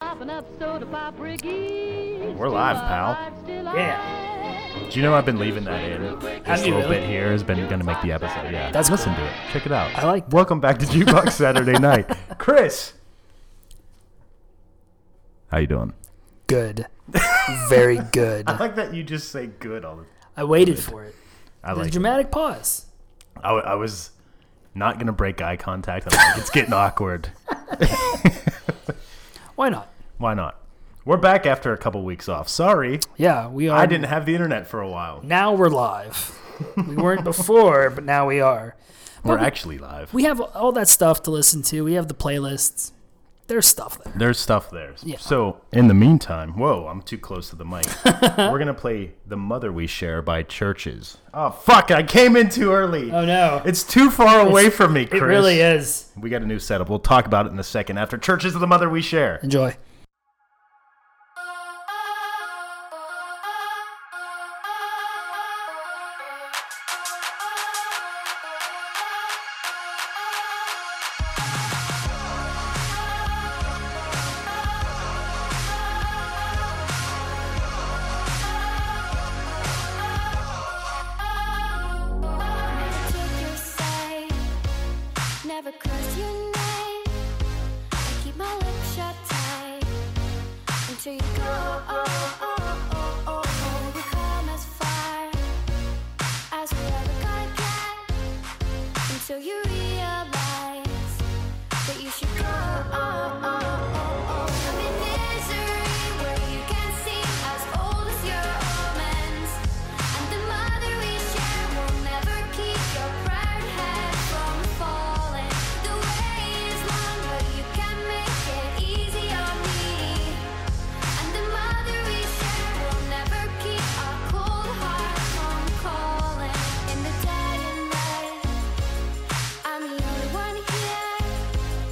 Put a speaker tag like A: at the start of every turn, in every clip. A: popping up soda pop Rickies.
B: We're live, pal.
A: Yeah.
B: Do you know I've been leaving that in? This
C: you
B: little
C: really?
B: bit here has been gonna make the episode. Yeah,
C: That's
B: listen to it. Check it out.
C: I like that.
B: Welcome back to Jukebox Saturday Night, Chris. How you doing?
C: good. Very good.
B: I like that you just say good all the.
C: I waited for it.
B: I
C: The
B: like. It.
C: dramatic pause.
B: I, w- I was not gonna break eye contact. I'm like, it's getting awkward.
C: Why not?
B: Why not? We're back after a couple weeks off. Sorry,
C: Yeah, we are.
B: I didn't have the internet for a while.
C: Now we're live. we weren't before, but now we are.
B: We're actually live.
C: We have all that stuff to listen to. We have the playlists. There's stuff there.
B: There's stuff there.
C: Yeah.
B: So in the meantime, whoa, I'm too close to the mic. We're gonna play "The Mother We Share" by Churches. Oh fuck! I came in too early.
C: Oh no,
B: It's too far away from me, Chris.
C: it really is.
B: We got a new setup. We'll talk about it in a second. After Churches of the Mother We Share.
C: Enjoy.
D: Take your side, never curse your name. I keep my lips shut tight until you go. We come as far as we ever could get until you realize that you should go. I'm in misery where you can seem as old as your omens, and the mother we share will never keep your proud head from falling. The way is long, but you can make it easy on me. And the mother we share will never keep our cold heart from calling in the dying light. I'm the only one here,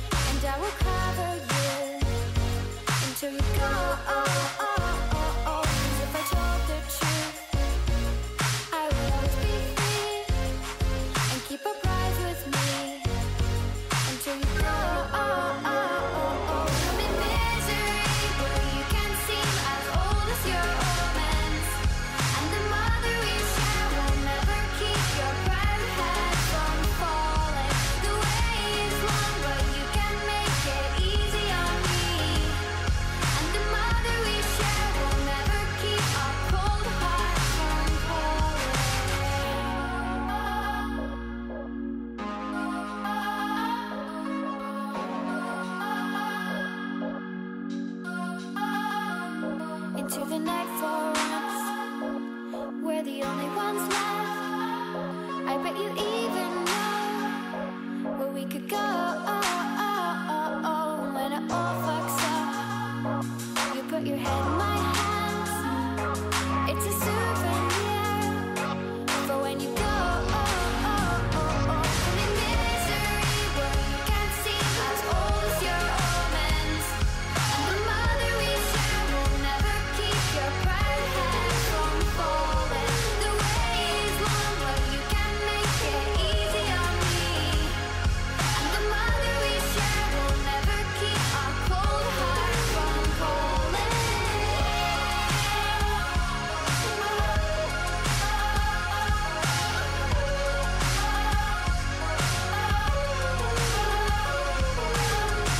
D: and I will cover you until you go. Cause if I told the truth, I would always be free and keep a prize with me until you Oh, go. I'm oh, in misery where you can seem as old as your omens, and the mother we share will never keep your proud head from falling. The way is long, but you can make it easy on me. And the mother we share will never keep our cold heart from Oh, calling. into the night for us. We're the only ones left. I bet you even know where we could go. When it all fucks up, you put your head in my hands. It's a souvenir for when you go. oh, I'm oh, in misery where you can't seem as old as your omens. The mother we share will never keep your proud head from falling. The way is long, but you can make it easy on me. And the mother we share will never keep our cold heart from falling.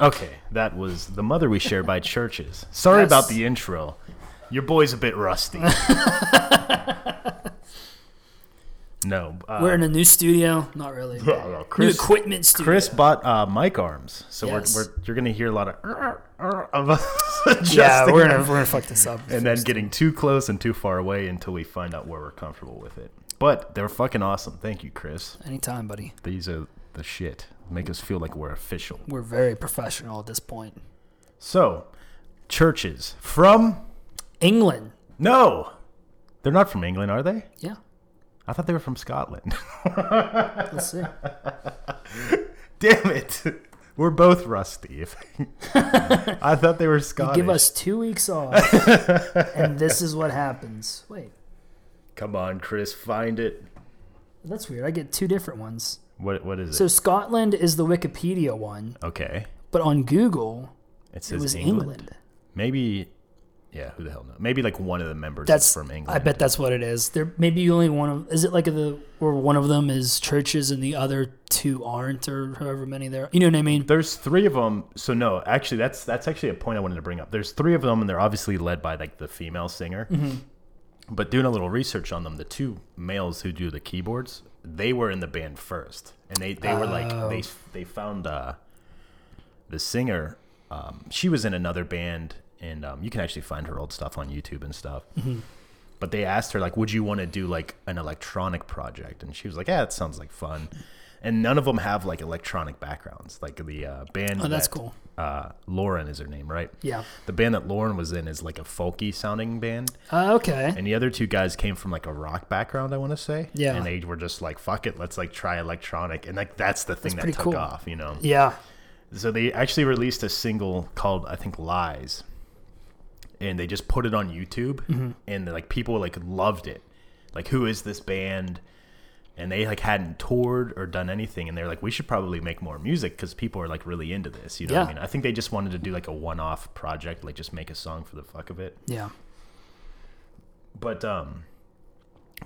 B: Okay, that was "The Mother We Share" by Churches. Sorry
C: Yes.
B: about the intro. Your boy's a bit rusty. no, uh,
C: We're in a new studio. Not really.
B: Chris-
C: new equipment studio.
B: Chris bought uh, mic arms, so
C: Yes.
B: we're, we're, you're going to hear a lot of, "Arr, arr," of us adjusting
C: yeah, we're gonna,
B: them,
C: we're gonna fuck this up.
B: and then getting too close and too far away until we find out where we're comfortable with it. But they're fucking awesome. Thank you, Chris.
C: Anytime, buddy.
B: These are the shit. Make us feel like we're official.
C: We're very professional at this point.
B: So, churches from
C: England.
B: no, they're not from England, are they?
C: Yeah.
B: I thought they were from Scotland.
C: Let's see.
B: Damn it. We're both rusty. If I thought they were Scottish.
C: Give us two weeks off, and this is what happens. Wait,
B: Come on, Chris, find it.
C: that's weird. I get two different ones.
B: What what is
C: So
B: it?
C: Scotland is the Wikipedia one,
B: Okay.
C: but on Google
B: It says
C: it was
B: England.
C: England.
B: Maybe yeah, who the hell knows? Maybe like one of the members
C: That's
B: is from England.
C: I bet that's what it is. There maybe only one of is it like the or one of them is churches and the other two aren't or however many there. You know what I mean?
B: There's three of them. So no, actually, that's that's actually a point I wanted to bring up. There's three of them, and they're obviously led by like the female singer. But doing a little research on them, the two males who do the keyboards, they were in the band first, and they they were like
C: Oh.
B: they they found uh, the singer. Um, she was in another band, and um, you can actually find her old stuff on YouTube and stuff.
C: Mm-hmm.
B: But they asked her like, "Would you want to do like an electronic project?" And she was like, "Yeah, that sounds like fun." And none of them have like electronic backgrounds. Like the uh, band.
C: Oh, that's
B: that,
C: cool.
B: Uh, Lauren is her name, right?
C: Yeah.
B: The band that Lauren was in is like a folky sounding band,
C: Uh, okay.
B: and the other two guys came from like a rock background, I want to say.
C: Yeah.
B: And they were just like, "Fuck it, let's like try electronic," and like that's the thing
C: pretty
B: that took
C: cool.
B: off, you know.
C: Yeah.
B: So they actually released a single called I think Lies, and they just put it on YouTube,
C: Mm-hmm.
B: and like people like loved it, like who is this band, and they like hadn't toured or done anything, and they're like we should probably make more music because people are like really into this, you know? What I
C: Yeah.
B: mean, I think they just wanted to do like a one-off project, like just make a song for the fuck of it.
C: Yeah.
B: But um,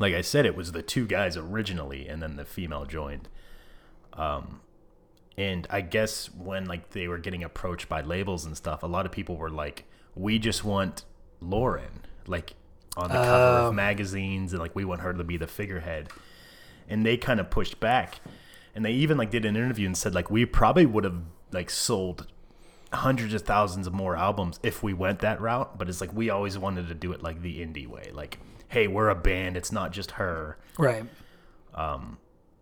B: like I said, it was the two guys originally, and then the female joined. Um, and I guess when like they were getting approached by labels and stuff, a lot of people were like, "We just want Lauren, like on the cover of magazines, and like we want her to be the figurehead." And they kind of pushed back, and they even like did an interview and said like, "We probably would have like sold." hundreds of thousands of more albums if we went that route but it's like we always wanted to do it like the indie way like hey we're a band it's not just her
C: Right.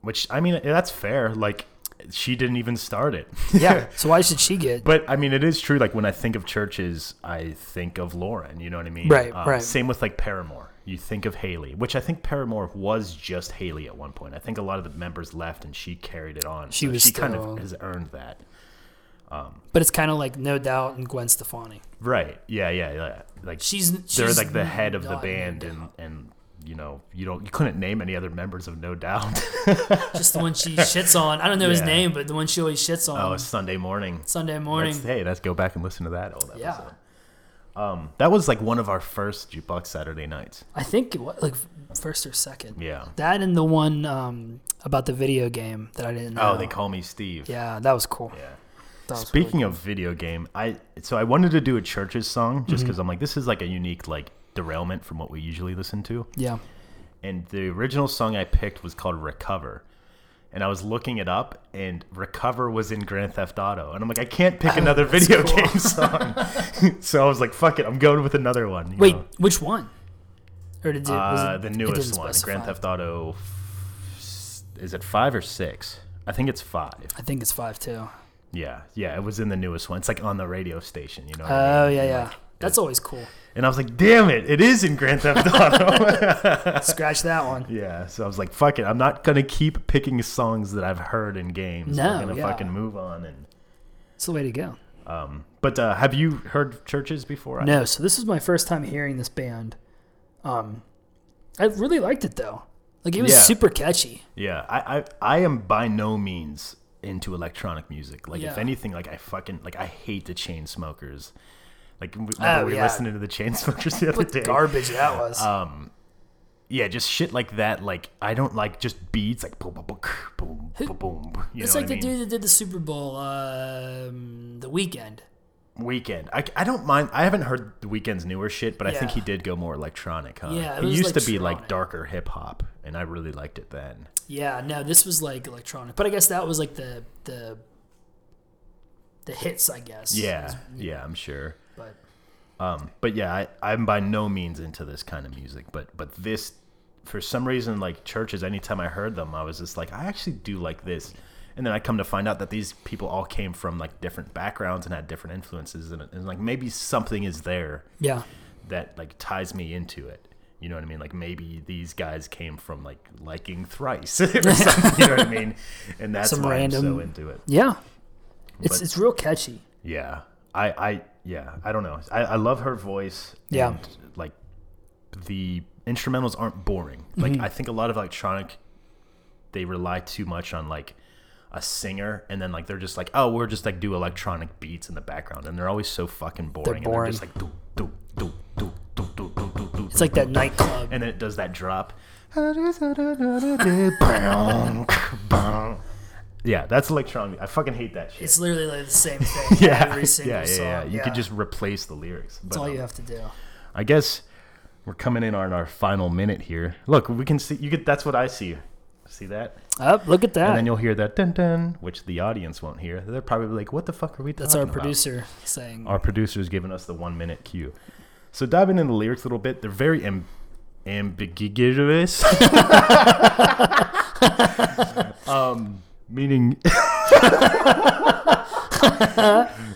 B: which i mean that's fair like she didn't even start it
C: Yeah. so why should she get?
B: but i mean it is true like when i think of churches i think of lauren you know what i mean Uh,
C: Right, right.
B: same with like paramore you think of haley which i think paramore was just haley at one point i think a lot of the members left and she carried it on
C: She
B: so
C: was
B: she kind
C: still-
B: of has earned that
C: But it's kind of like No Doubt and Gwen Stefani.
B: right yeah yeah yeah like
C: She's, she's
B: they're like the head of the
C: not-
B: band and and you know you don't you couldn't name any other members of no doubt
C: Just the one she shits on. I don't know his
B: Yeah.
C: name, but the one she always shits on.
B: oh it's sunday morning
C: Sunday morning.
B: Let's- hey let's go back and listen to that old episode
C: Yeah.
B: um that was like one of our first jukebox saturday nights
C: I think it was like first or second.
B: yeah
C: That and the one um, about the video game that I didn't know.
B: oh they call me steve
C: Yeah, that was cool.
B: yeah
C: That was
B: Speaking of video game, I so I wanted to do a churches song
C: Mm-hmm.
B: just because I'm like this is like a unique like derailment from what we usually listen to.
C: really- yeah.
B: and the original song I picked was called Recover. And I was looking it up, and Recover was in Grand Theft Auto. And I'm like, I can't pick another video game song. so I was like, fuck it, I'm going with another one. you
C: Wait,
B: know?
C: which one? Or did it, was
B: Uh,
C: it-
B: the
C: it
B: newest
C: didn't
B: one,
C: specify.
B: Grand Theft Auto. f- Is it five or six? I think it's five.
C: I think it's five too.
B: Yeah, yeah, it was in the newest one. It's like on the radio station, you know. what I mean?
C: Oh yeah, yeah. That's always cool.
B: And I was like, damn it, it is in Grand Theft Auto.
C: Scratch that one.
B: Yeah, so I was like, fuck it. I'm not going to keep picking songs that I've heard in games.
C: No,
B: We're going to
C: yeah.
B: fucking move on. And
C: It's the way to go.
B: But uh, have you heard of churches before? I-
C: No, so this was my first time hearing this band. Um, I really liked it though. Like it was
B: Yeah.
C: super catchy.
B: Yeah, I, I, I am by no means into electronic music. Like, if
C: Yeah.
B: anything, like, I fucking, like, I hate the chain smokers. Like, remember
C: Oh,
B: we were
C: yeah.
B: listening to the chain smokers the other
C: What
B: day?
C: garbage that was.
B: Uh, Yeah, just shit like that. Like, I don't like just beats, like, boom, boom, boom, boom, boom, boom. You
C: it's
B: know
C: like
B: what I
C: the
B: mean?
C: dude that did the Super Bowl, um, the weekend.
B: Weekend. I, I don't mind. I haven't heard the Weekend's newer shit, but I think
C: Yeah.
B: he did go more electronic, huh?
C: Yeah, it
B: he
C: was
B: used to be like
C: electronic.
B: darker hip hop, and I really liked it then.
C: Yeah, no, this was like electronic, but I guess that was like the the the hits, I guess.
B: Yeah, yeah, I'm sure.
C: But
B: Um, but yeah, I, I'm by no means into this kind of music, but but this, for some reason, like churches, anytime I heard them, I was just like, I actually do like this. And then I come to find out that these people all came from like different backgrounds and had different influences, and, and like maybe something is there
C: yeah,
B: that like ties me into it. You know what I mean? Like maybe these guys came from like liking thrice or something. you know what I mean? And that's
C: Some
B: why I'm so
C: random-
B: into it.
C: yeah, It's
B: But-
C: it's real catchy.
B: Yeah. I, I yeah, I don't know. I, I love her voice.
C: Yeah.
B: And, like the instrumentals aren't boring. Like
C: Mm-hmm.
B: I think a lot of electronic they rely too much on like a singer and then like they're just like, oh, we're just like do electronic beats in the background and they're always so fucking boring.
C: boring.
B: And they're just like do do do do do do do do do
C: It's like that nightclub.
B: and then it does that drop. yeah, that's electronic. I fucking hate that shit
C: It's literally like the same thing. yeah. Every single
B: yeah,
C: song.
B: Yeah, yeah. You could just replace the lyrics. But,
C: That's all
B: um,
C: you have to do.
B: I guess we're coming in on our final minute here. Look, we can see you get that's what I see. See that?
C: Up, look at
B: And then
C: that.
B: you'll hear that dun dun, which the audience won't hear. They're probably like, What the fuck are we
C: That's our
B: talking about?"
C: producer saying.
B: our producer's giving us the one minute cue. So diving into the lyrics a little bit, they're very am- ambiguous. um, Um, meaning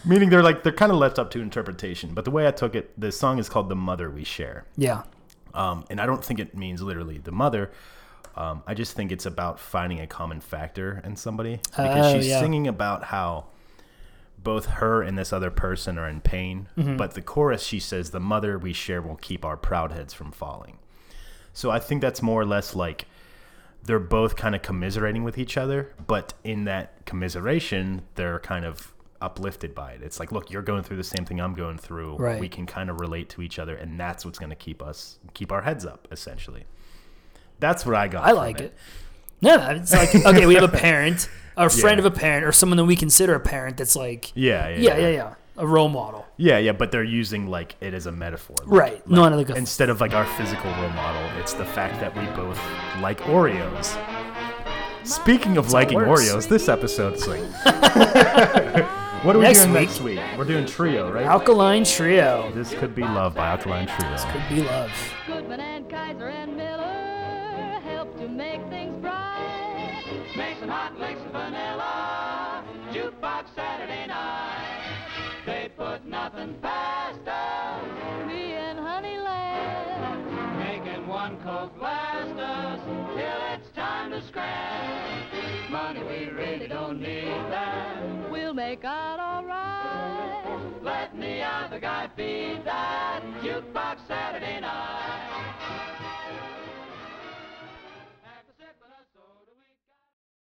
B: meaning they're like they're kind of left up to interpretation. But the way I took it, the song is called "The Mother We Share."
C: Yeah.
B: Um, and I don't think it means literally the mother. Um, I just think it's about finding a common factor in somebody because
C: Oh,
B: she's
C: yeah.
B: singing about how both her and this other person are in pain.
C: Mm-hmm.
B: But the chorus, she says, "The mother we share will keep our proud heads from falling." So I think that's more or less like they're both kind of commiserating with each other, but in that commiseration, they're kind of uplifted by it. It's like, look, you're going through the same thing I'm going through.
C: Right.
B: We can kind of relate to each other, and that's what's going to keep us keep our heads up, essentially. That's what I got.
C: I
B: from
C: like it. No, it's like okay, we have a parent, a friend
B: Yeah.
C: of a parent, or someone that we consider a parent that's like
B: Yeah, yeah,
C: Yeah, yeah, yeah. A role model.
B: yeah, yeah. But they're using like it as a metaphor, Like,
C: Right. Not like a
B: Instead of like our physical role model, it's the fact that we both like Oreos. Speaking of liking
C: works.
B: Oreos, this episode is like. what are we
C: Next
B: doing
C: week.
B: next week? We're doing trio, right?
C: alkaline trio.
B: This could be love by Alkaline Trio.
C: Could be love.
A: Goodman and Kaiser and Miller help to make things bright. Makes and hot, makes and vanilla. Jukebox Saturday night. They put nothing past us. Me and Honeyland. Making one coke last us till it's time to scratch. Money we really don't need that. We'll make out alright. Let the other guy be that. Jukebox Saturday night.